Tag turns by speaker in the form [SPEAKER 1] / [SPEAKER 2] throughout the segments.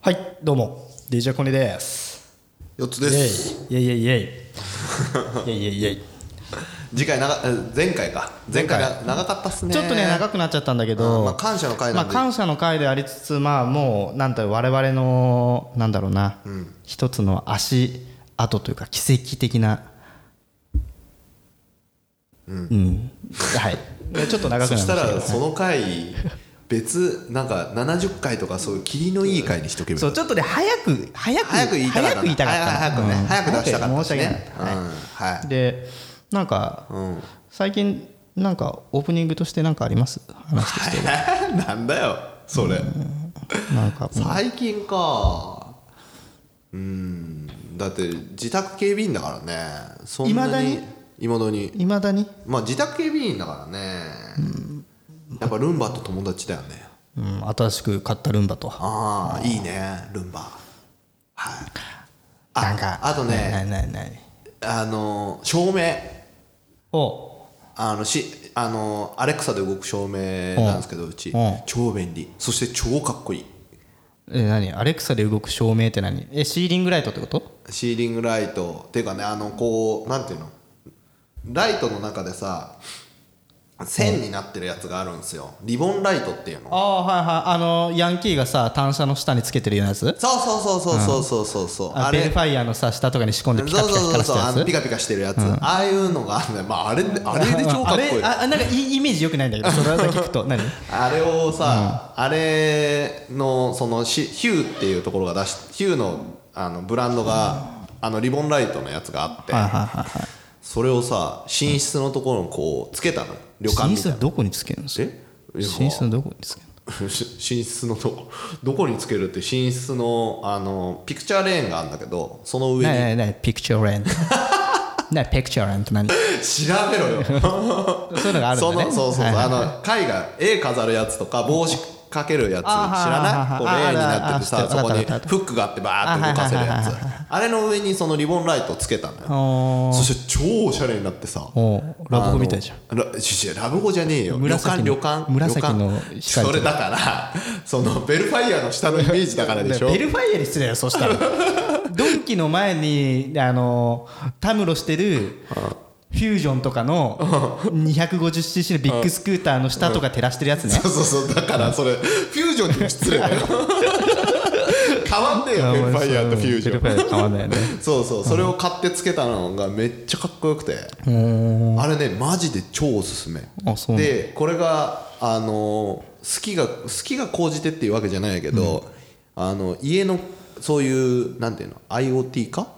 [SPEAKER 1] はい、どうも、DJ コニーです。
[SPEAKER 2] 四つ
[SPEAKER 1] イ
[SPEAKER 2] です
[SPEAKER 1] ェイ、イェイイェイイェイ。イェイイェイイェイ。
[SPEAKER 2] 次回長え前回か前回な長かったっすね
[SPEAKER 1] ちょっとね、長くなっちゃったんだけ
[SPEAKER 2] う
[SPEAKER 1] ど、
[SPEAKER 2] んまあ感謝の会なんで
[SPEAKER 1] まあ感謝の会でありつつ、まあ、もう、なんだろう、我々の、なんだろうな、一つの足跡というか、奇跡的な。うん。はい。でちょっと長くな
[SPEAKER 2] そ
[SPEAKER 1] りま
[SPEAKER 2] し
[SPEAKER 1] したたけ
[SPEAKER 2] ら
[SPEAKER 1] ど。
[SPEAKER 2] その回別なんか70回とかそういう霧のいい回にしとけばいい
[SPEAKER 1] そうちょっとね早く早く
[SPEAKER 2] 早く言いたかった
[SPEAKER 1] 早く言いたかった
[SPEAKER 2] 早くね
[SPEAKER 1] うん
[SPEAKER 2] 早く出したかった
[SPEAKER 1] 申し訳ない
[SPEAKER 2] うんはい
[SPEAKER 1] でなんか、
[SPEAKER 2] ん
[SPEAKER 1] 最近なんかオープニングとして何かあります話として
[SPEAKER 2] なん だよそれ
[SPEAKER 1] なんか
[SPEAKER 2] 最近かうんだって自宅警備員だからねそんなにいまだに
[SPEAKER 1] いまだに
[SPEAKER 2] まあ自宅警備員だからねやっぱルンバと友達だよね
[SPEAKER 1] うん新しく買ったルンバと
[SPEAKER 2] ああいいねルンバはいあ
[SPEAKER 1] なんか
[SPEAKER 2] あとね
[SPEAKER 1] ないないないない
[SPEAKER 2] あの照明
[SPEAKER 1] お
[SPEAKER 2] あのしあのアレクサで動く照明なんですけどうち
[SPEAKER 1] うん
[SPEAKER 2] 超便利そして超かっこいい
[SPEAKER 1] え何アレクサで動く照明って何えシーリングライトってこと
[SPEAKER 2] シーリングライトっていうかねあのこうなんていうのライトの中でさ線になってるやつがあるんですよリボンライトっていう
[SPEAKER 1] あ
[SPEAKER 2] の
[SPEAKER 1] あはいはいあのヤンキーがさ単車の下につけてるようなやつ
[SPEAKER 2] そうそうそうそうそうそうそう
[SPEAKER 1] あベルファイアのさ下とかに仕込んで
[SPEAKER 2] そう
[SPEAKER 1] ピカ
[SPEAKER 2] そう
[SPEAKER 1] ピカ
[SPEAKER 2] そ
[SPEAKER 1] 光
[SPEAKER 2] う
[SPEAKER 1] らせ
[SPEAKER 2] そう
[SPEAKER 1] たや
[SPEAKER 2] あのピ
[SPEAKER 1] つ
[SPEAKER 2] カピカしてるやつ、ああいうのがあるんだよ、まあ、あれであれで超かっこいい
[SPEAKER 1] あれあなんかいいイメージよくないんだけどそれだけ聞くと 何
[SPEAKER 2] あれをさ、あれのそのしヒューっていうところが出しヒューのあのブランドが、あのリボンライトのやつがあって、
[SPEAKER 1] はいはいはいはい
[SPEAKER 2] それをさ寝室のところにこうつけたの旅館
[SPEAKER 1] 寝
[SPEAKER 2] みた
[SPEAKER 1] 室
[SPEAKER 2] い
[SPEAKER 1] のどこにつけるんですか寝
[SPEAKER 2] な
[SPEAKER 1] 室のどこにつけるの
[SPEAKER 2] え 寝室のとこどこにつけるって寝室のあのピクチャーレーンがあるんだけどその上
[SPEAKER 1] な
[SPEAKER 2] に
[SPEAKER 1] いないないピクチャー レントなピクチャーレント何そ
[SPEAKER 2] 調べろよ
[SPEAKER 1] ういうのがあるんだ
[SPEAKER 2] そ
[SPEAKER 1] ね
[SPEAKER 2] のそうそう、
[SPEAKER 1] はいはい
[SPEAKER 2] あの絵画絵飾るやつとか帽子かけるやつ知
[SPEAKER 1] あ
[SPEAKER 2] らない
[SPEAKER 1] ー
[SPEAKER 2] こ
[SPEAKER 1] は
[SPEAKER 2] う
[SPEAKER 1] いはいはい
[SPEAKER 2] 例に
[SPEAKER 1] あーあー
[SPEAKER 2] なっててさ
[SPEAKER 1] 知って
[SPEAKER 2] そ
[SPEAKER 1] る
[SPEAKER 2] こ
[SPEAKER 1] わか
[SPEAKER 2] に
[SPEAKER 1] ったわ
[SPEAKER 2] フ
[SPEAKER 1] かった
[SPEAKER 2] ックがあってバーって動かせるや
[SPEAKER 1] あーはいはいはい
[SPEAKER 2] つあれの上にそのリボンライトをつけたのよ
[SPEAKER 1] おー
[SPEAKER 2] そして超おしゃれになってさ
[SPEAKER 1] おーラブホみたいじゃん
[SPEAKER 2] ゃんラちラブホじゃねえよ旅
[SPEAKER 1] 紫
[SPEAKER 2] 館
[SPEAKER 1] の
[SPEAKER 2] 旅館
[SPEAKER 1] 紫の
[SPEAKER 2] 旅館
[SPEAKER 1] 光
[SPEAKER 2] それだからそのベルファイアの下のイメージだからでしょ
[SPEAKER 1] ベルファイアに失礼だよそした らドンキの前にあのたむろしてるフュージョンとかの 250cc のビッグスクーターの下とか照らしてるやつね
[SPEAKER 2] そうそうそうだからそれフュージョンにも失礼だ よ変わんねえよベルファイアとフュージョン
[SPEAKER 1] ベルファイア変わんないよね
[SPEAKER 2] そうそうそれを買ってつけたのがめっちゃかっこよくてあれねマジで超おすすめ
[SPEAKER 1] あそうなんだ
[SPEAKER 2] でこれがあのー好きが好きが高じてっていうわけじゃないけど、あの家のそういうなんていうの IoT 化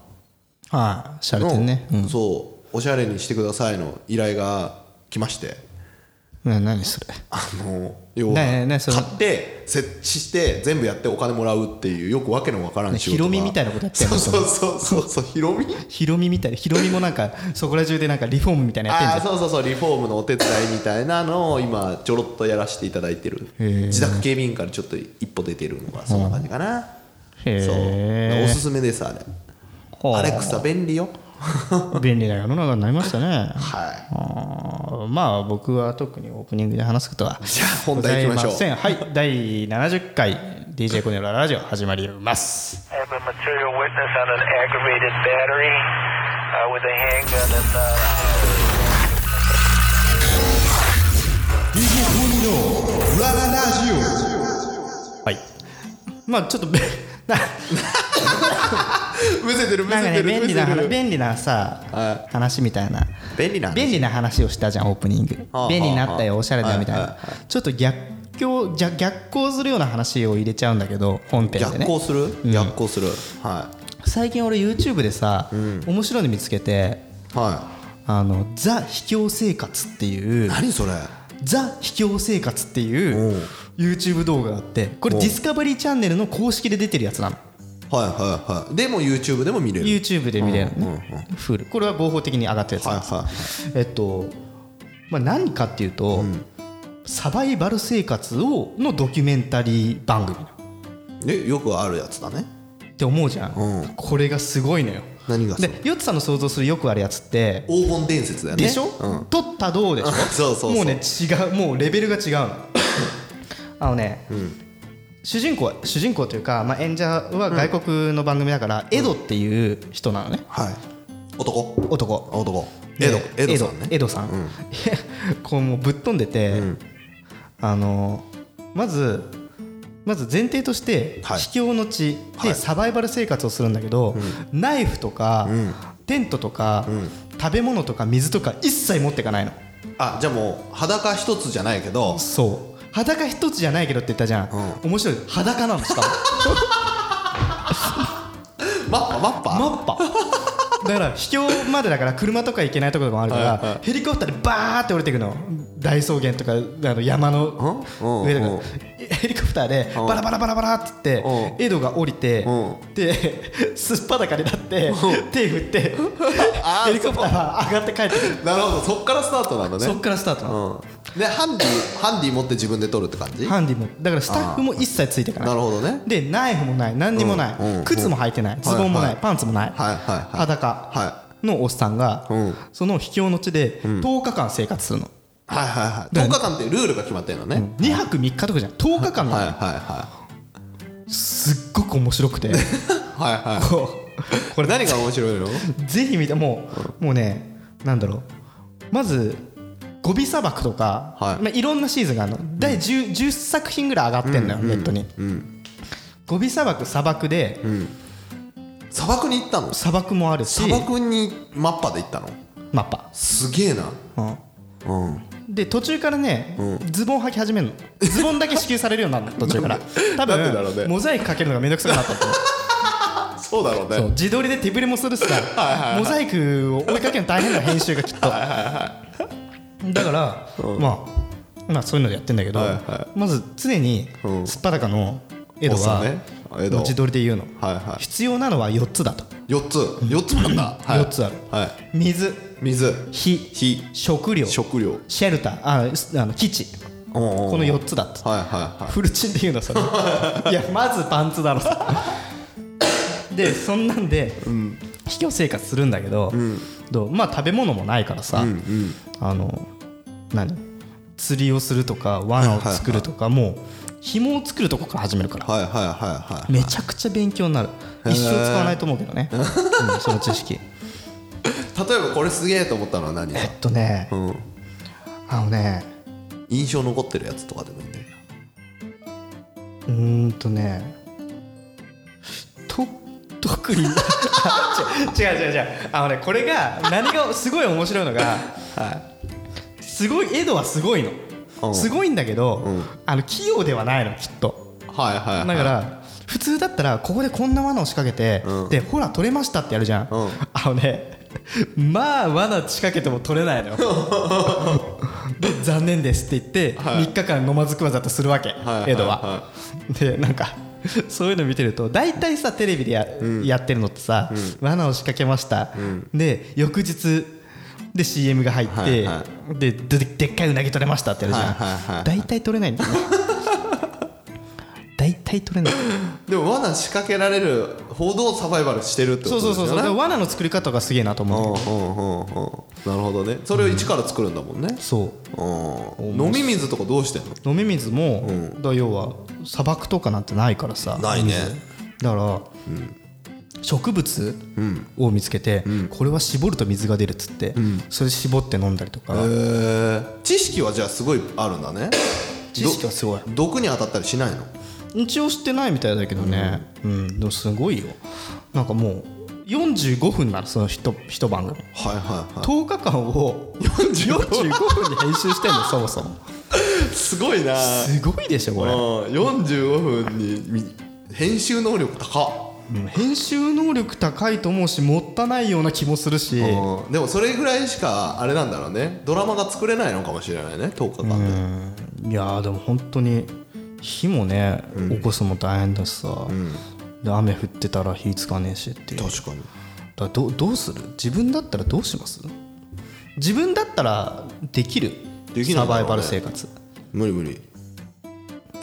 [SPEAKER 1] はいしゃれて
[SPEAKER 2] の、
[SPEAKER 1] るねうん
[SPEAKER 2] そうおしゃれにしてくださいの依頼が来まして
[SPEAKER 1] な何それ
[SPEAKER 2] あの要は
[SPEAKER 1] ねえねえねえそれ
[SPEAKER 2] 買って設置して全部やってお金もらうっていうよくわけのわからん
[SPEAKER 1] ヒ
[SPEAKER 2] 仕事
[SPEAKER 1] ロ
[SPEAKER 2] が
[SPEAKER 1] ミみたいなことやってんの
[SPEAKER 2] そうそうそうそうヒロミ
[SPEAKER 1] ヒロミみたいなヒロミもなんかそこら中でなんかリフォームみたいなやってんじ
[SPEAKER 2] あ
[SPEAKER 1] ゃ
[SPEAKER 2] あーそうそうそうリフォームのお手伝いみたいなのを今ちょろっとやらせていただいてる
[SPEAKER 1] へー
[SPEAKER 2] 自宅警備員からちょっと一歩出てるのがそんな感じかな、
[SPEAKER 1] ん
[SPEAKER 2] そう
[SPEAKER 1] へ
[SPEAKER 2] おすすめですあれ
[SPEAKER 1] ー
[SPEAKER 2] アレクサ便利よ
[SPEAKER 1] 便利な世の中になりましたね
[SPEAKER 2] は
[SPEAKER 1] あーまあ僕は特にオープニングで話すことは
[SPEAKER 2] じゃあ本題行きましょう
[SPEAKER 1] ございせんはい第70回 DJ コネララジオ始まります、
[SPEAKER 3] I have a material witness on an aggravated battery uh, with a handgun and. Uh
[SPEAKER 4] DJ コニーの裏ラジオ
[SPEAKER 1] はいまあちょっとべ ない
[SPEAKER 2] むせてるむ
[SPEAKER 1] なんかね
[SPEAKER 2] せてる
[SPEAKER 1] 便利な
[SPEAKER 2] むせてる
[SPEAKER 1] 便利なさ
[SPEAKER 2] は
[SPEAKER 1] 話みたいな
[SPEAKER 2] 便利な話
[SPEAKER 1] 便利な話をしたじゃんオープニング
[SPEAKER 2] あはあ
[SPEAKER 1] 便利になったよおしゃれだよみたい
[SPEAKER 2] はいは
[SPEAKER 1] なちょっと逆境じゃ逆行するような話を入れちゃうんだけど本編で
[SPEAKER 2] 逆
[SPEAKER 1] ね
[SPEAKER 2] 行する、逆行するは
[SPEAKER 1] 最近俺 YouTube でさ、面白いの見つけて
[SPEAKER 2] いは
[SPEAKER 1] あの「ザ秘境生活」ってい
[SPEAKER 2] いう何それ
[SPEAKER 1] 「ザ秘境生活」っていう
[SPEAKER 2] おう
[SPEAKER 1] YouTube 動画があってこれ
[SPEAKER 2] おう
[SPEAKER 1] ディスカバリーチャンネルの公式で出てるやつなの
[SPEAKER 2] はいはいはいでも YouTube でも見れる
[SPEAKER 1] YouTube で見れるのね Hulu これは合法的に上がったやつ
[SPEAKER 2] はい
[SPEAKER 1] なん
[SPEAKER 2] は
[SPEAKER 1] で
[SPEAKER 2] い
[SPEAKER 1] す
[SPEAKER 2] はい
[SPEAKER 1] えっとまあ何かっていうとサバイバル生活をのドキュメンタリー番組
[SPEAKER 2] えよくあるやつだね
[SPEAKER 1] って思うじゃん
[SPEAKER 2] う
[SPEAKER 1] これがすごいのよ
[SPEAKER 2] 何がそう
[SPEAKER 1] でヨッツさんの想像するよくあるやつって
[SPEAKER 2] 黄金伝説だよね
[SPEAKER 1] でしょ、
[SPEAKER 2] うん、
[SPEAKER 1] 取ったどうでしょ
[SPEAKER 2] そうそうそう
[SPEAKER 1] もうね違うもうレベルが違うのあのね、主人公は主人公というか、まあ、演者は外国の番組だから、エドっていう人なのね
[SPEAKER 2] はい男
[SPEAKER 1] 男
[SPEAKER 2] あ男
[SPEAKER 1] で
[SPEAKER 2] エドエドさんね
[SPEAKER 1] エドさん、 こうもうぶっ飛んでて、あのまずまず前提として
[SPEAKER 2] はい
[SPEAKER 1] 秘境の地
[SPEAKER 2] はい
[SPEAKER 1] でサバイバル生活をするんだけど、ナイフとか、テントとか、食べ物とか水とか一切持ってかないの
[SPEAKER 2] あじゃあもう裸一つじゃないけど
[SPEAKER 1] そう裸一つじゃないけどって言ったじゃん、面白い裸なのしかも
[SPEAKER 2] マッパマ ッパ
[SPEAKER 1] マッパだから秘境までだから車とか行けないところもあるから、
[SPEAKER 2] はいはい
[SPEAKER 1] ヘリコプターでバーって降りてくの大草原とかあの山の
[SPEAKER 2] うん
[SPEAKER 1] 上とか
[SPEAKER 2] うん
[SPEAKER 1] ヘリコプターでバラバラバラバラって言って
[SPEAKER 2] う
[SPEAKER 1] エドが降りて
[SPEAKER 2] う
[SPEAKER 1] ですっぱだかになって手振って
[SPEAKER 2] あー
[SPEAKER 1] ヘリコプターが上がって帰ってくる
[SPEAKER 2] なるほどそっからスタートなんだね
[SPEAKER 1] そっからスタートなの
[SPEAKER 2] うん、でハンディハンディ持って自分で取るって感じ
[SPEAKER 1] ハンディもだからスタッフも一切ついていかない
[SPEAKER 2] なるほどね
[SPEAKER 1] でナイフもない何にもない、
[SPEAKER 2] うんうん
[SPEAKER 1] 靴も履いてない、ズボンもない、
[SPEAKER 2] はいはい
[SPEAKER 1] パンツもない、
[SPEAKER 2] はいはいはい
[SPEAKER 1] 裸
[SPEAKER 2] は
[SPEAKER 1] のおっさんが、
[SPEAKER 2] うん
[SPEAKER 1] その秘境の地で10日間生活するの、
[SPEAKER 2] はいはい
[SPEAKER 1] だ
[SPEAKER 2] はい
[SPEAKER 1] よね
[SPEAKER 2] 10日間ってルールが決まってるのね、
[SPEAKER 1] 2泊3日とかじゃん10日間なの、
[SPEAKER 2] はいはいは
[SPEAKER 1] すっごく面白く て
[SPEAKER 2] いはい はい
[SPEAKER 1] こうこ
[SPEAKER 2] こ
[SPEAKER 1] れ
[SPEAKER 2] れ何が面白いの
[SPEAKER 1] ぜひ見てもうもうねなんだろうまずゴビ砂漠とか、
[SPEAKER 2] はい
[SPEAKER 1] まあ、いろんなシーズンがあるの、第 10, 10作品ぐらい上がってんのよ、ネットに、ゴビ砂漠砂漠で、
[SPEAKER 2] 砂漠に行ったの
[SPEAKER 1] 砂漠もあるし
[SPEAKER 2] 砂漠にマッパで行ったの
[SPEAKER 1] マッパ、
[SPEAKER 2] すげえな
[SPEAKER 1] うん、
[SPEAKER 2] うん
[SPEAKER 1] で途中からね、ズボン履き始めるのズボンだけ支給されるようになるの 途中から多
[SPEAKER 2] なんでだろうね
[SPEAKER 1] 分モザイクかけるのがめんどくさくなったと思う
[SPEAKER 2] そうだろうね
[SPEAKER 1] そう自撮りで手ぶれもするし さモザイクを追いかけるの大変な編集がきっとだから、まあ、まあそういうのでやってんだけど、
[SPEAKER 2] はいは
[SPEAKER 1] まず常に
[SPEAKER 2] うん
[SPEAKER 1] すっぱだかのエド
[SPEAKER 2] おっさ
[SPEAKER 1] は、
[SPEAKER 2] んねエド
[SPEAKER 1] もう自撮りで言うの、
[SPEAKER 2] はいはい
[SPEAKER 1] 必要なのは4つだと
[SPEAKER 2] 4つ4つなんだ、はい、
[SPEAKER 1] 4つある
[SPEAKER 2] はい
[SPEAKER 1] 水
[SPEAKER 2] 水
[SPEAKER 1] 火
[SPEAKER 2] 火
[SPEAKER 1] 食料
[SPEAKER 2] 食料
[SPEAKER 1] シェルターあすあの基地
[SPEAKER 2] こ
[SPEAKER 1] この4つだと
[SPEAKER 2] はいはいはい
[SPEAKER 1] フルチンで言うのそれ いやまずパンツだろそれでそんなんで秘境生活するんだけど、どうまあ食べ物もないからさ、あの何釣りをするとか罠を作るとか、もう紐を作るとこから始めるから、
[SPEAKER 2] はいはいはいはい
[SPEAKER 1] めちゃくちゃ勉強になる一生使わないと思うけど ね、うんその知識
[SPEAKER 2] 例えばこれすげえと思ったのは何
[SPEAKER 1] えっとね、
[SPEAKER 2] ん
[SPEAKER 1] あのね
[SPEAKER 2] 印象残ってるやつとかでもいいんだよ
[SPEAKER 1] うーんとね と特にあ 違う違う違う違うあのねこれが何がすごい面白いのが、はい、すごいエドはすごいの、
[SPEAKER 2] うん
[SPEAKER 1] すごいんだけど、
[SPEAKER 2] ん
[SPEAKER 1] あの器用ではないのきっと
[SPEAKER 2] はいはいは
[SPEAKER 1] だ
[SPEAKER 2] い
[SPEAKER 1] から、普通だったらここでこんな罠を仕掛けて、
[SPEAKER 2] うん
[SPEAKER 1] でほら取れましたってやるじゃん、
[SPEAKER 2] うん
[SPEAKER 1] あのね まあ罠仕掛けても取れないの よで残念ですって言って、
[SPEAKER 2] はい
[SPEAKER 1] 3日間飲まず食わざとするわけ、
[SPEAKER 2] いはい
[SPEAKER 1] エドは、でなんかそういうの見てると大体さテレビでや,、やってるのってさ、罠を仕掛けました、で翌日で CM が入って、
[SPEAKER 2] はいは
[SPEAKER 1] でででっかいうなぎ取れましたってやるじゃん、
[SPEAKER 2] はいはいはいはい
[SPEAKER 1] 大体取れないんだよ ね大体取れない
[SPEAKER 2] でも罠仕掛けられる報道サバイバルしてるってこ
[SPEAKER 1] そう
[SPEAKER 2] と
[SPEAKER 1] そう
[SPEAKER 2] で
[SPEAKER 1] そ
[SPEAKER 2] すよ
[SPEAKER 1] う
[SPEAKER 2] ね
[SPEAKER 1] そうだから罠の作り方がすげえなと思う
[SPEAKER 2] うんうんうんうんなるほどねそれを一から作るんだもんね
[SPEAKER 1] そう
[SPEAKER 2] うん飲み水とかどうしてんの
[SPEAKER 1] 飲み水も、だから要は砂漠とかなんてないからさ
[SPEAKER 2] ないね
[SPEAKER 1] だから、植物を見つけて、これは絞ると水が出るっつって、それ絞って飲んだりとか、
[SPEAKER 2] へえ知識はじゃあすごいあるんだね
[SPEAKER 1] 知識はすごい
[SPEAKER 2] ど毒に当たったりしないの
[SPEAKER 1] 一応してないみたいだけどねうん、でもすごいよなんかもう45分なのその一一晩組
[SPEAKER 2] はいはいは
[SPEAKER 1] 10日間を45分に編集してんのそも そも
[SPEAKER 2] いすごいな
[SPEAKER 1] すごいでしょこ
[SPEAKER 2] うん
[SPEAKER 1] れ、
[SPEAKER 2] 45分にみ編集能力高っ
[SPEAKER 1] うん編集能力高いと思うしもったいないような気もするし、
[SPEAKER 2] うんでもそれぐらいしかあれなんだろうねドラマが作れないのかもしれないね10日間で
[SPEAKER 1] いやーでも本当に火もね、起こすのも大変だしさ、で雨降ってたら火つかねえしっていうだか
[SPEAKER 2] 確かに
[SPEAKER 1] らどどうする自分だったらどうします自分だったらできる
[SPEAKER 2] でき
[SPEAKER 1] サ
[SPEAKER 2] ないん
[SPEAKER 1] バ
[SPEAKER 2] だろうね
[SPEAKER 1] イバル生活
[SPEAKER 2] 無理無理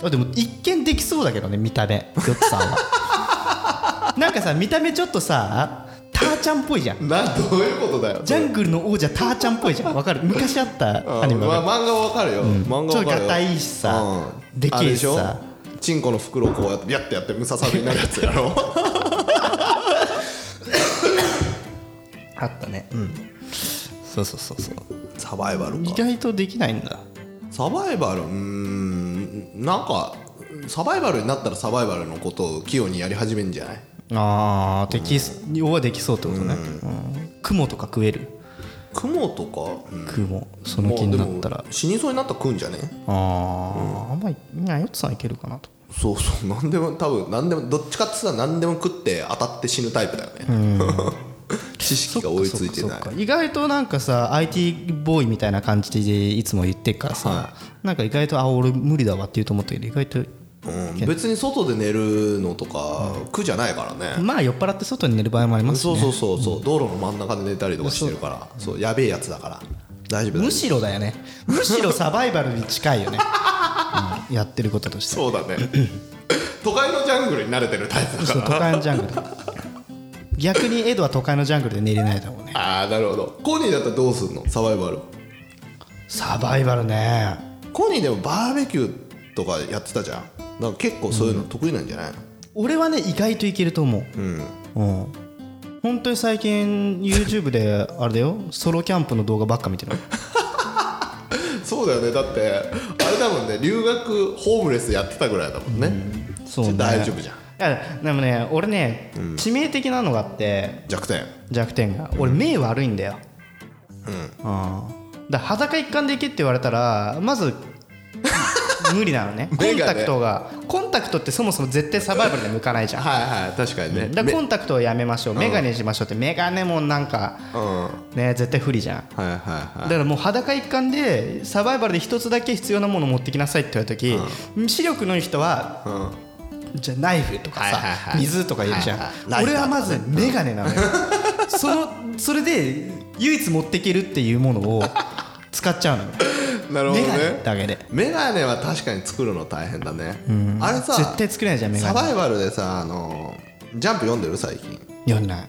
[SPEAKER 1] あでも一見できそうだけどね見た目ヨッツさんは なんかさ見た目ちょっとさターちゃんっぽいじゃん
[SPEAKER 2] などういうことだよ
[SPEAKER 1] ジャングルの王者ターちゃんっぽいじゃんわかる昔あったアニメわかる
[SPEAKER 2] まあ、漫画はわかるよ、漫画
[SPEAKER 1] ちょ
[SPEAKER 2] わ
[SPEAKER 1] っと
[SPEAKER 2] かるよ
[SPEAKER 1] ガタいいしさ、
[SPEAKER 2] うん
[SPEAKER 1] でけ
[SPEAKER 2] あれ
[SPEAKER 1] え
[SPEAKER 2] で
[SPEAKER 1] し
[SPEAKER 2] しょ
[SPEAKER 1] さ
[SPEAKER 2] チンコの袋をこうやってビャッてやってムササビになるやつやろ
[SPEAKER 1] あったねうんそうそうそうそう
[SPEAKER 2] サバイバル
[SPEAKER 1] 意
[SPEAKER 2] か
[SPEAKER 1] 外とできないんだ
[SPEAKER 2] サバイバルうーんなんかサバイバルになったらサバイバルのことを器用にやり始めんじゃない
[SPEAKER 1] ああ適応はできそうってことね、うん、雲とか食える
[SPEAKER 2] 雲とか、うん
[SPEAKER 1] 雲その気になったら
[SPEAKER 2] まあでも死にそうになったら食うんじゃね
[SPEAKER 1] ああ、あんまりいやヨッツさんいけるかなと
[SPEAKER 2] そうそう何でも多分何でもどっちかっつったら何でも食って当たって死ぬタイプだよね 知識が追いついて
[SPEAKER 1] そ
[SPEAKER 2] な
[SPEAKER 1] っ
[SPEAKER 2] い
[SPEAKER 1] か意外となんかさ IT ボーイみたいな感じでいつも言ってっからさ、
[SPEAKER 2] は
[SPEAKER 1] なんか意外とあ俺無理だわって言うと思ったけど意外と
[SPEAKER 2] うん、別に外で寝るのとか苦じゃないからね、
[SPEAKER 1] まあ酔っ払って外に寝る場合もありますし、
[SPEAKER 2] そ
[SPEAKER 1] ね、
[SPEAKER 2] うそうそうそう、道路の真ん中で寝たりとかしてるからそうやべえやつだから大丈夫だ
[SPEAKER 1] むしろだよねむしろサバイバルに近いよね、うんやってることとして
[SPEAKER 2] そうだね 都会のジャングルに慣れてるタイプだ
[SPEAKER 1] そう
[SPEAKER 2] か
[SPEAKER 1] 都
[SPEAKER 2] ら
[SPEAKER 1] 会のジャングル逆にエドは都会のジャングルで寝れないだろうね
[SPEAKER 2] ああなるほどコニーだったらどうすんのサバイバル
[SPEAKER 1] サバイバルね
[SPEAKER 2] コニーでもバーベキューとかやってたじゃんなんか結構そういうの得意なんじゃないの、
[SPEAKER 1] 俺はね意外といけると思ううん、本当に最近 YouTube で あれだよソロキャンプの動画ばっか見てる
[SPEAKER 2] そうだよねだってあれだもんね留学ホームレスやってたぐらいだもんね、
[SPEAKER 1] そう
[SPEAKER 2] じゃ
[SPEAKER 1] ね
[SPEAKER 2] あ大丈夫じゃん
[SPEAKER 1] いやでもね俺ね、致命的なのがあって
[SPEAKER 2] 弱点
[SPEAKER 1] 弱点が俺目悪いんだようん、だから裸一貫でいけって言われたらまず 無理なのねコ
[SPEAKER 2] 目
[SPEAKER 1] ン
[SPEAKER 2] がね
[SPEAKER 1] タクトがコンタクトってそもそも絶対サバイバルで向かないじゃん
[SPEAKER 2] はいはい確かにね、
[SPEAKER 1] だから
[SPEAKER 2] め
[SPEAKER 1] コンタクトをやめましょうメガネにしましょうってメガネもなんか
[SPEAKER 2] うんはい
[SPEAKER 1] ね絶対不利じゃん
[SPEAKER 2] はいはい
[SPEAKER 1] だからもう裸一貫でサバイバルで一つだけ必要なものを持ってきなさいって言われた時、視力のいい人は、じゃあナイフとかさ、
[SPEAKER 2] はいはいはい
[SPEAKER 1] 水とか言うじゃん、
[SPEAKER 2] はいはいはい
[SPEAKER 1] 俺はまずメガネなのよ、 そのそれで唯一持っていけるっていうものを使っちゃうのよ
[SPEAKER 2] なるほど
[SPEAKER 1] メ
[SPEAKER 2] ね
[SPEAKER 1] ガネだけで
[SPEAKER 2] メガネは確かに作るの大変だね、あれさ
[SPEAKER 1] 絶対作れないじゃんメガ
[SPEAKER 2] サ
[SPEAKER 1] ネ
[SPEAKER 2] バイバルでさあのジャンプ読んでる最近
[SPEAKER 1] 読んない、ね、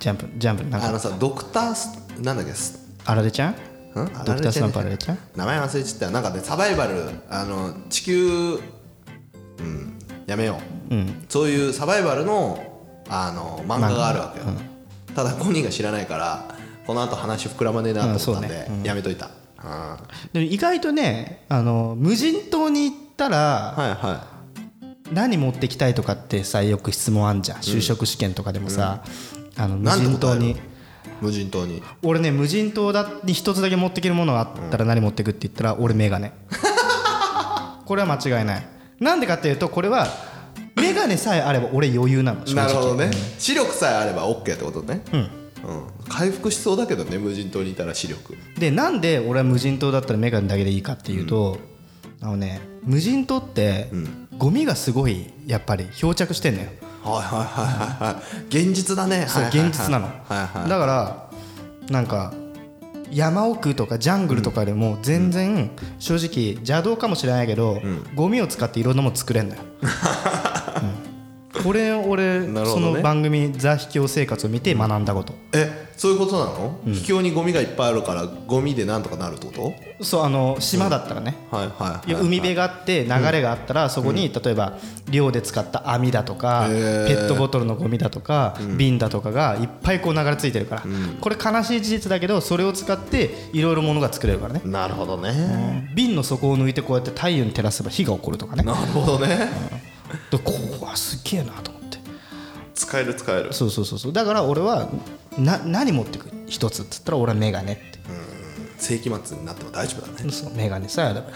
[SPEAKER 1] ジャンプジャンプなん
[SPEAKER 2] あ
[SPEAKER 1] か
[SPEAKER 2] のさドクタースなんだっけス
[SPEAKER 1] あられちゃん
[SPEAKER 2] んあ
[SPEAKER 1] ドクタースタンプあ
[SPEAKER 2] れ
[SPEAKER 1] られちゃん
[SPEAKER 2] 名前忘れちゃったよなんかねサバイバルあの地球うんやめよう、そういうサバイバルのあの漫画があるわけよ、ただコニーが知らないからこの後話膨らまねえなと思ったんで、
[SPEAKER 1] うんそう
[SPEAKER 2] やめといた、うん
[SPEAKER 1] でも意外とねあの無人島に行ったら、
[SPEAKER 2] はいは
[SPEAKER 1] 何持ってきたいとかってさよく質問あんじゃん就職試験とかでもさ、あの無
[SPEAKER 2] なんて
[SPEAKER 1] 人
[SPEAKER 2] 答
[SPEAKER 1] 島
[SPEAKER 2] える
[SPEAKER 1] に
[SPEAKER 2] い無人島に
[SPEAKER 1] 俺ね無人島だに一つだけ持ってけるものがあったら何持ってくって言ったら俺メガ ネこれは間違いないなんでかっていうとこれはメガネさえあれば俺余裕なの正
[SPEAKER 2] な
[SPEAKER 1] 直
[SPEAKER 2] るほどね、視力さえあれば OK ってことねうん、回復しそうだけどね無人島にいたら視力
[SPEAKER 1] でなんで俺は無人島だったらメガネだけでいいかっていうと、あのね無人島って、ゴミがすごいやっぱり漂着してんのよ
[SPEAKER 2] はいはいはいはいはい現実だね
[SPEAKER 1] そう
[SPEAKER 2] はいはいはい
[SPEAKER 1] 現実なの、
[SPEAKER 2] はいはい
[SPEAKER 1] だからなんか山奥とかジャングルとかよりも全然正直邪道かもしれないけど、ゴミを使っていろんなもの作れん だよ、うんこれ俺、
[SPEAKER 2] なるほ
[SPEAKER 1] そ
[SPEAKER 2] どね
[SPEAKER 1] の番組「ザ・秘境生活」を見て学んだこと、
[SPEAKER 2] えそういうことなの、秘境にゴミがいっぱいあるからゴミでなんとかなるってこ
[SPEAKER 1] そうあの島だったらね、
[SPEAKER 2] とはいはい
[SPEAKER 1] いや海辺があって流れがあったらそこに例えば漁で使った網だとかペットボトルのゴミだとか瓶だとかがいっぱいこう流れ着いてるからこれ悲しい事実だけどそれを使っていろいろものが作れるからね
[SPEAKER 2] なるほどね
[SPEAKER 1] 瓶の底を抜いてこうやって太陽に照らせば火が起こるとかね
[SPEAKER 2] なるほどね
[SPEAKER 1] でここはすげえなと思って
[SPEAKER 2] 使える使える
[SPEAKER 1] そうそうそうそうだから俺はな何持ってく一つっつったら俺はメガネって
[SPEAKER 2] 世紀末になっても大丈夫だね
[SPEAKER 1] そうメガネさえあれば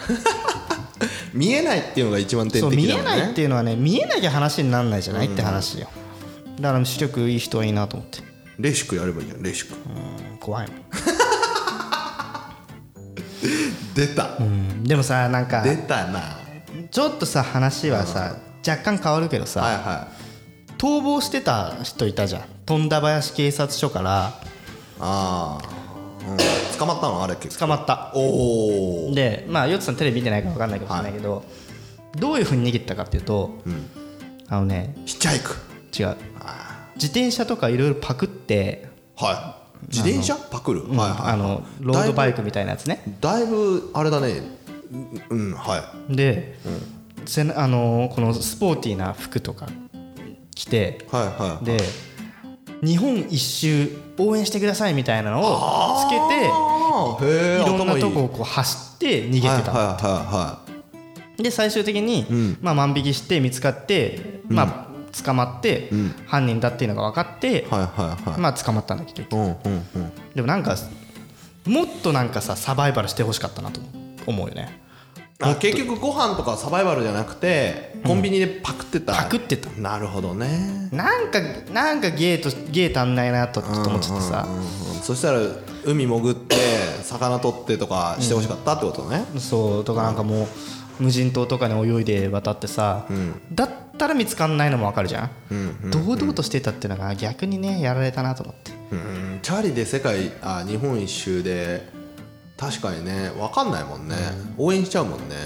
[SPEAKER 2] 見えないっていうのが一番天
[SPEAKER 1] そう
[SPEAKER 2] 敵
[SPEAKER 1] 見
[SPEAKER 2] だも
[SPEAKER 1] え
[SPEAKER 2] んね
[SPEAKER 1] ないっていうのはね見えなきゃ話にならないじゃないって話よだから視力いい人はいいなと思って
[SPEAKER 2] レーシックやればいいじゃんレーシック
[SPEAKER 1] 怖いもん、
[SPEAKER 2] 出た、
[SPEAKER 1] うんでもさなんか
[SPEAKER 2] 出たな
[SPEAKER 1] ちょっとさ話はさ若干変わるけどさ、
[SPEAKER 2] はいはい
[SPEAKER 1] 逃亡してた人いたじゃん富田林警察署から
[SPEAKER 2] ああ、うん、捕まったのあれ結構
[SPEAKER 1] 捕まった
[SPEAKER 2] おお
[SPEAKER 1] でまあヨッツさんテレビ見てないから分かんないかもしれないけど、どういうふうに逃げてたかっていうと、あのね
[SPEAKER 2] ヒッチハイク
[SPEAKER 1] 違う自転車とかいろいろパクって、
[SPEAKER 2] はい自転車パクる、
[SPEAKER 1] うん
[SPEAKER 2] はいはい
[SPEAKER 1] あのロードバイクみたいなやつね
[SPEAKER 2] だいぶあれだねうんはい
[SPEAKER 1] で、せなあのーこのスポーティーな服とか着て
[SPEAKER 2] はいはい
[SPEAKER 1] で日本一周応援してくださいみたいなのをつけて
[SPEAKER 2] あーへえ
[SPEAKER 1] いろんなと
[SPEAKER 2] 頭
[SPEAKER 1] こをこう走って逃げて
[SPEAKER 2] いい
[SPEAKER 1] た、
[SPEAKER 2] はいはいはいはい
[SPEAKER 1] で最終的に、
[SPEAKER 2] ん
[SPEAKER 1] まあ、万引きして見つかって、まあ、捕まって、
[SPEAKER 2] ん
[SPEAKER 1] 犯人だっていうのが分かって、
[SPEAKER 2] はいはいはい
[SPEAKER 1] まあ、捕まったんだけど
[SPEAKER 2] うんうんうん
[SPEAKER 1] でもなんかもっとなんかさサバイバルしてほしかったなと思うよね
[SPEAKER 2] あ結局ご飯とかサバイバルじゃなくてコンビニでパクってた、
[SPEAKER 1] パクってた
[SPEAKER 2] なるほどね
[SPEAKER 1] なんかなんかゲーとゲー足んないなとちょっと思っちゃってさ、
[SPEAKER 2] うんうんそしたら海潜って魚取ってとかしてほしかったってことね、
[SPEAKER 1] そうとかなんかもう無人島とかに泳いで渡ってさ、だったら見つかんないのもわかるじゃん,、堂々としてたっていうのが逆にねやられたなと思って
[SPEAKER 2] うんチャーリーで世界あ日本一周で確かにね分かんないもんね、応援しちゃうもんね、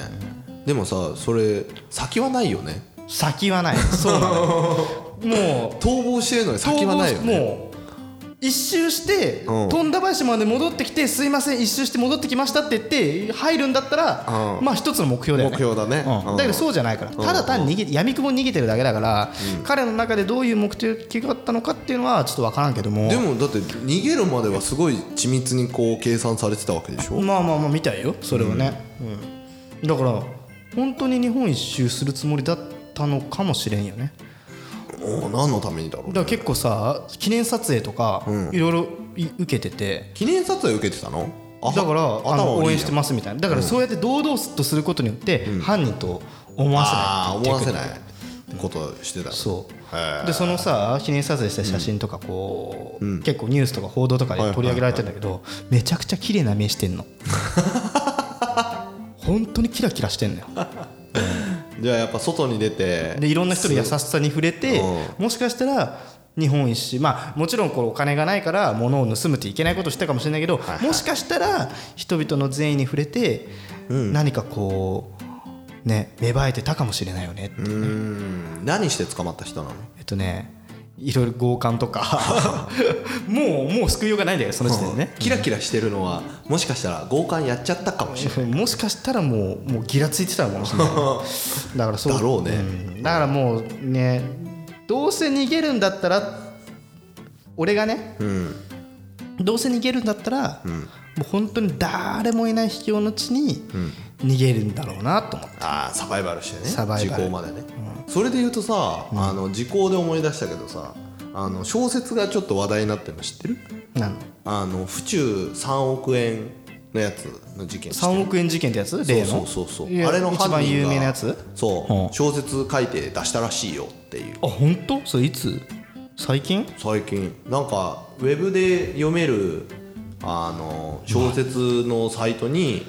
[SPEAKER 2] でもさそれ先はないよね
[SPEAKER 1] 先はないそうなのよもう
[SPEAKER 2] 逃亡してるのに先はないよね
[SPEAKER 1] もう一周して
[SPEAKER 2] うん
[SPEAKER 1] 富田林まで戻ってきてすいません一周して戻ってきましたって言って入るんだったら
[SPEAKER 2] うん
[SPEAKER 1] まあ一つの目標だよね
[SPEAKER 2] 目標だね
[SPEAKER 1] うん
[SPEAKER 2] うん
[SPEAKER 1] だけどそうじゃないからただ単に逃げ闇雲に逃げてるだけだから彼の中でどういう目的があったのかっていうのはちょっと分からんけども
[SPEAKER 2] でもだって逃げるまではすごい緻密にこう計算されてたわけでしょ、
[SPEAKER 1] まあまあまあみたいよそれはねうんだから本当に日本一周するつもりだったのかもしれんよね
[SPEAKER 2] おー何のためにだろう
[SPEAKER 1] だから結構さ記念撮影とかいろいろい受けてて
[SPEAKER 2] 記念撮影受けてたのあ
[SPEAKER 1] だからあの応援してますすみたいなだからそうやって堂々とすることによって犯人と思
[SPEAKER 2] あ
[SPEAKER 1] わ
[SPEAKER 2] あ
[SPEAKER 1] せ
[SPEAKER 2] 思
[SPEAKER 1] ない
[SPEAKER 2] わ
[SPEAKER 1] って
[SPEAKER 2] せ
[SPEAKER 1] いう
[SPEAKER 2] ないことしてたの
[SPEAKER 1] そう
[SPEAKER 2] へー
[SPEAKER 1] でそのさ記念撮影した写真とかこう、結構ニュースとか報道とかで取り上げられてんだけど、めちゃくちゃ綺麗な目してんの本当にキラキラしてんのよ
[SPEAKER 2] じゃあやっぱ外に出て
[SPEAKER 1] でいろんな人の優しさに触れて
[SPEAKER 2] う
[SPEAKER 1] もしかしたら日本一周まあもちろんこれお金がないから物を盗むっていけないことをしたかもしれないけどもしかしたら人々の善意に触れて何かこうね芽生えてたかもしれないよねって
[SPEAKER 2] うん何して捕まった人なの
[SPEAKER 1] えっとねいろいろ強姦とかもうもう救いようがないんだよその時点でね
[SPEAKER 2] キラキラしてるのはもしかしたら強姦やっちゃったかもしれない
[SPEAKER 1] もしかしたらもうもうギラついてたのかもしれない だからそう
[SPEAKER 2] だろうね
[SPEAKER 1] んだからもうねどうせ逃げるんだったら俺がね、どうせ逃げるんだったら、もう本当に誰もいない秘境の地に逃げるんだろうなと思って、
[SPEAKER 2] ああサバイバルしてね
[SPEAKER 1] サバイバル
[SPEAKER 2] 時効までね、それで言うとさ、あの時効で思い出したけどさあの小説がちょっと話題になってるの知ってる
[SPEAKER 1] なん
[SPEAKER 2] あの府中3億円のやつの事件知ってる
[SPEAKER 1] 3億円事件ってやつ例の
[SPEAKER 2] そうそうそうそう
[SPEAKER 1] や
[SPEAKER 2] あれの
[SPEAKER 1] 一
[SPEAKER 2] 犯人が
[SPEAKER 1] 番有名なやつ
[SPEAKER 2] そう、
[SPEAKER 1] うん
[SPEAKER 2] 小説書いて出したらしいよっていう
[SPEAKER 1] あ本当それいつ最近
[SPEAKER 2] 最近なんかウェブで読めるあの小説のサイトに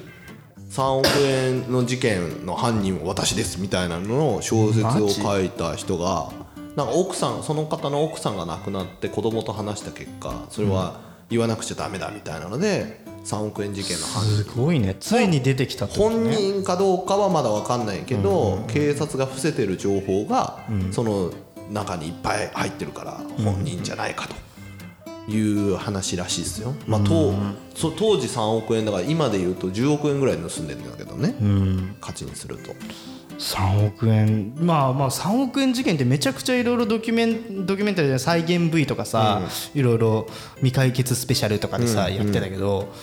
[SPEAKER 2] 3億円の事件の犯人は私ですみたいなのの小説を書いた人がなんか奥さんその方の奥さんが亡くなって子供と話した結果それは言わなくちゃダメだみたいなので3億円事件の犯人
[SPEAKER 1] すごいねついに出てきたってこと
[SPEAKER 2] 本
[SPEAKER 1] ね
[SPEAKER 2] 人かどうかはまだ分かんないけど、警察が伏せてる情報が、その中にいっぱい入ってるから本人じゃないかという話らしいですよ、まあ、当そ当時3億円だから今で言うと10億円ぐらい盗んでるんだけどね、価値にすると
[SPEAKER 1] 3億円まあまあ3億円事件ってめちゃくちゃいろいろドキュメンドキュメンタリーで再現 V とかさいろいろ未解決スペシャルとかでさ、やってたけど、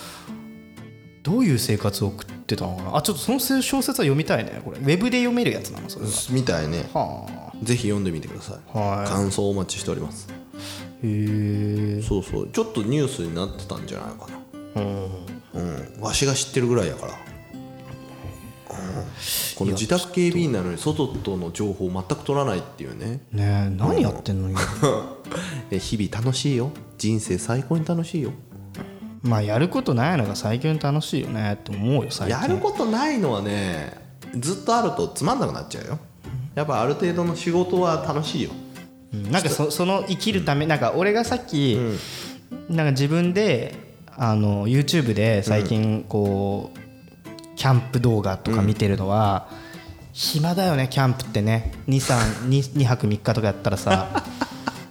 [SPEAKER 1] どういう生活を送ってたのかなあちょっとその小説は読みたいねこれウェブで読めるやつなのそれは、
[SPEAKER 2] みたいね
[SPEAKER 1] はあ
[SPEAKER 2] ぜひ読んでみてください、
[SPEAKER 1] はい
[SPEAKER 2] 感想お待ちしております
[SPEAKER 1] へえ
[SPEAKER 2] そうそうちょっとニュースになってたんじゃないかなうん、わしが知ってるぐらいやから、うんこの自宅警備員なのに外との情報を全く取らないっていうね
[SPEAKER 1] ねえ何やってんの今
[SPEAKER 2] え日々楽しいよ人生最高に楽しいよ
[SPEAKER 1] まあやることないのが最近楽しいよねって思うよ最近
[SPEAKER 2] やることないのはねずっとあるとつまんなくなっちゃうよやっぱある程度の仕事は楽しいよ
[SPEAKER 1] なんかそその生きるため、なんか俺がさっき、なんか自分であの YouTube で最近こう、キャンプ動画とか見てるのは、暇だよねキャンプってね232泊3日とかやったらさ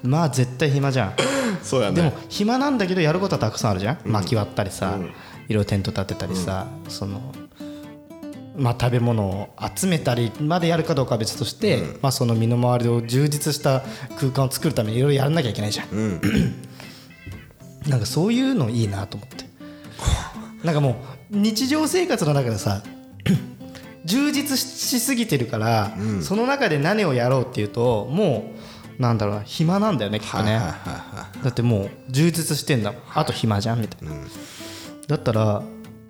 [SPEAKER 1] まあ絶対暇じゃん。
[SPEAKER 2] そうや
[SPEAKER 1] でも暇なんだけどやることはたくさんあるじゃん、薪割ったりさ、色々テント立てたりさ、そのまあ、食べ物を集めたりまでやるかどうかは別として、まあ、その身の回りを充実した空間を作るためにいろいろやらなきゃいけないじゃん、 なんかそういうのいいなと思ってなんかもう日常生活の中でさ 充実しすぎてるから、その中で何をやろうっていうともうなんだろうな暇なんだよねきっとね、
[SPEAKER 2] はいはいはいはい
[SPEAKER 1] だってもう充実してんだもんあと暇じゃんみたいな、だったら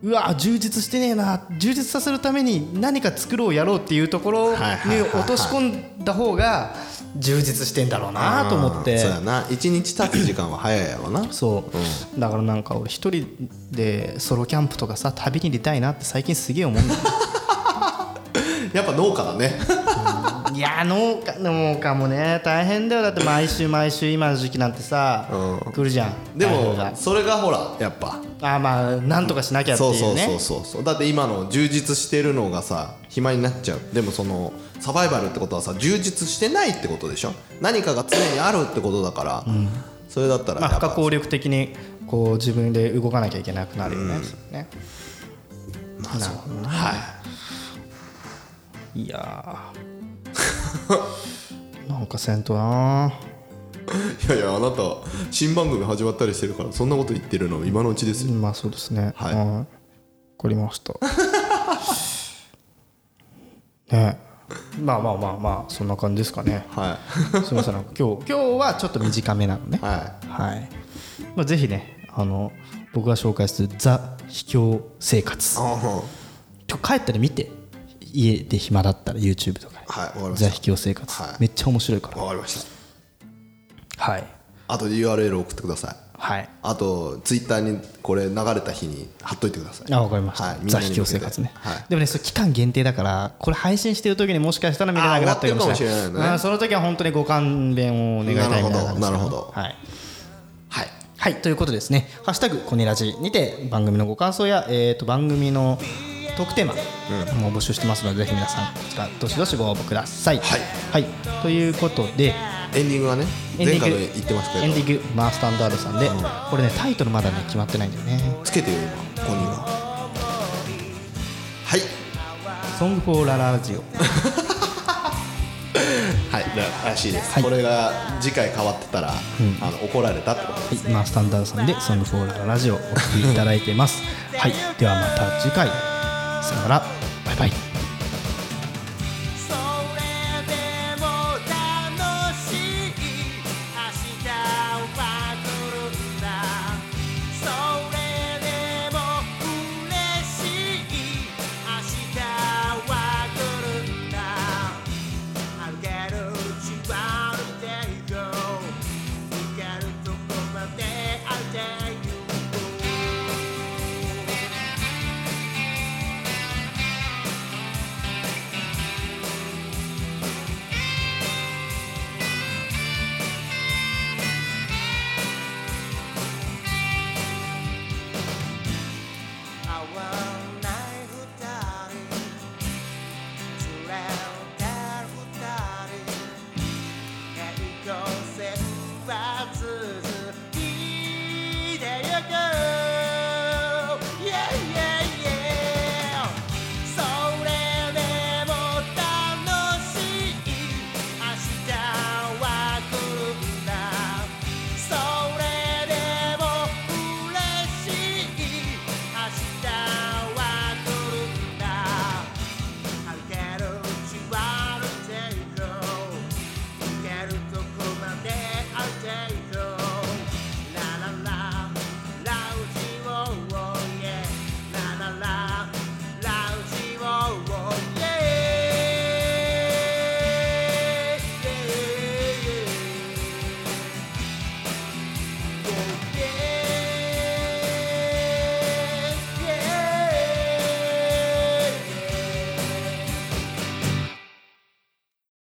[SPEAKER 1] うわ充実してねえな充実させるために何か作ろうやろうっていうところに
[SPEAKER 2] はいはいはいはい
[SPEAKER 1] 落とし込んだ方が充実してんだろうなと思って、
[SPEAKER 2] そうやな一日経つ時間は早いやろな
[SPEAKER 1] そう、だからなんか俺一人でソロキャンプとかさ旅に出たいなって最近すげえ思うん だよ
[SPEAKER 2] やっぱ農家だね
[SPEAKER 1] いや農家農家もね大変だよだって毎週毎週今の時期なんてさ、
[SPEAKER 2] うん
[SPEAKER 1] 来るじゃん
[SPEAKER 2] で
[SPEAKER 1] 台風
[SPEAKER 2] も
[SPEAKER 1] が
[SPEAKER 2] それがほらやっぱ
[SPEAKER 1] あーまあなんとかしなきゃっていう
[SPEAKER 2] そ
[SPEAKER 1] ね
[SPEAKER 2] うそうそうそうそうだって今の充実してるのがさ暇になっちゃうでもそのサバイバルってことはさ充実してないってことでしょ何かが常にあるってことだから、それだったら
[SPEAKER 1] まあ、
[SPEAKER 2] や
[SPEAKER 1] 不
[SPEAKER 2] っぱ
[SPEAKER 1] 可抗力的にこう自分で動かなきゃいけなくなるよね,、ね
[SPEAKER 2] まあそうはい
[SPEAKER 1] やー なんかせんとない
[SPEAKER 2] いやいやあなた新番組始まったりしてるからそんなこと言ってるの今のうちですよ
[SPEAKER 1] まあそうですね
[SPEAKER 2] はい
[SPEAKER 1] わかりました ねまあまあまあまあそんな感じですかね
[SPEAKER 2] は
[SPEAKER 1] すみませんなんか 今日今日はちょっと短めなのね
[SPEAKER 2] いは
[SPEAKER 1] はい、まあ、ぜひねあの僕が紹介する「ザ・秘境生活」
[SPEAKER 2] いうん
[SPEAKER 1] ちょ帰ったら見て家で暇だったら YouTube とか
[SPEAKER 2] はいわかりました
[SPEAKER 1] ザ秘境生活、
[SPEAKER 2] はい
[SPEAKER 1] めっちゃ面白いから
[SPEAKER 2] わかりました
[SPEAKER 1] はい
[SPEAKER 2] あと URL 送ってください
[SPEAKER 1] はい
[SPEAKER 2] あとツイッターにこれ流れた日に貼っといてください
[SPEAKER 1] あわかりました、
[SPEAKER 2] はいみん
[SPEAKER 1] ザ
[SPEAKER 2] なに
[SPEAKER 1] 秘
[SPEAKER 2] 向け
[SPEAKER 1] 境
[SPEAKER 2] て
[SPEAKER 1] 生活ね、
[SPEAKER 2] はい
[SPEAKER 1] でもねそれ期間限定だからこれ配信してる時にもしかしたら見れなくなってるかもしれない
[SPEAKER 2] あー終わってるかもしれないね
[SPEAKER 1] うんその時は本当にご勘弁を願いたいみたいな感じです
[SPEAKER 2] なるほどなるほど
[SPEAKER 1] はい
[SPEAKER 2] はい
[SPEAKER 1] はい、ということでですね「ハッシュタグコネラジ」にて番組のご感想や、えー、と番組のトークテーマも募集してますので、ぜひ皆さんこちらどしどしご応募ください、
[SPEAKER 2] はい
[SPEAKER 1] はい、ということで
[SPEAKER 2] エンディングはね
[SPEAKER 1] エンディ
[SPEAKER 2] 前
[SPEAKER 1] ング
[SPEAKER 2] 回の言ってましたけ
[SPEAKER 1] エンデ
[SPEAKER 2] ど
[SPEAKER 1] ィングマースタンダードさんで、これねタイトルまだね決まってないんだよね
[SPEAKER 2] つけてよ今ここにははい
[SPEAKER 1] 「ソングフォーララジオ」
[SPEAKER 2] はいらしいです、
[SPEAKER 1] はい
[SPEAKER 2] これが次回変わってたら、あの怒られたってこ
[SPEAKER 1] は
[SPEAKER 2] と
[SPEAKER 1] い、マースタンダードさんで「ソングフォーラララジオ」お聴きいただいてますはいではまた次回さよならバイバイ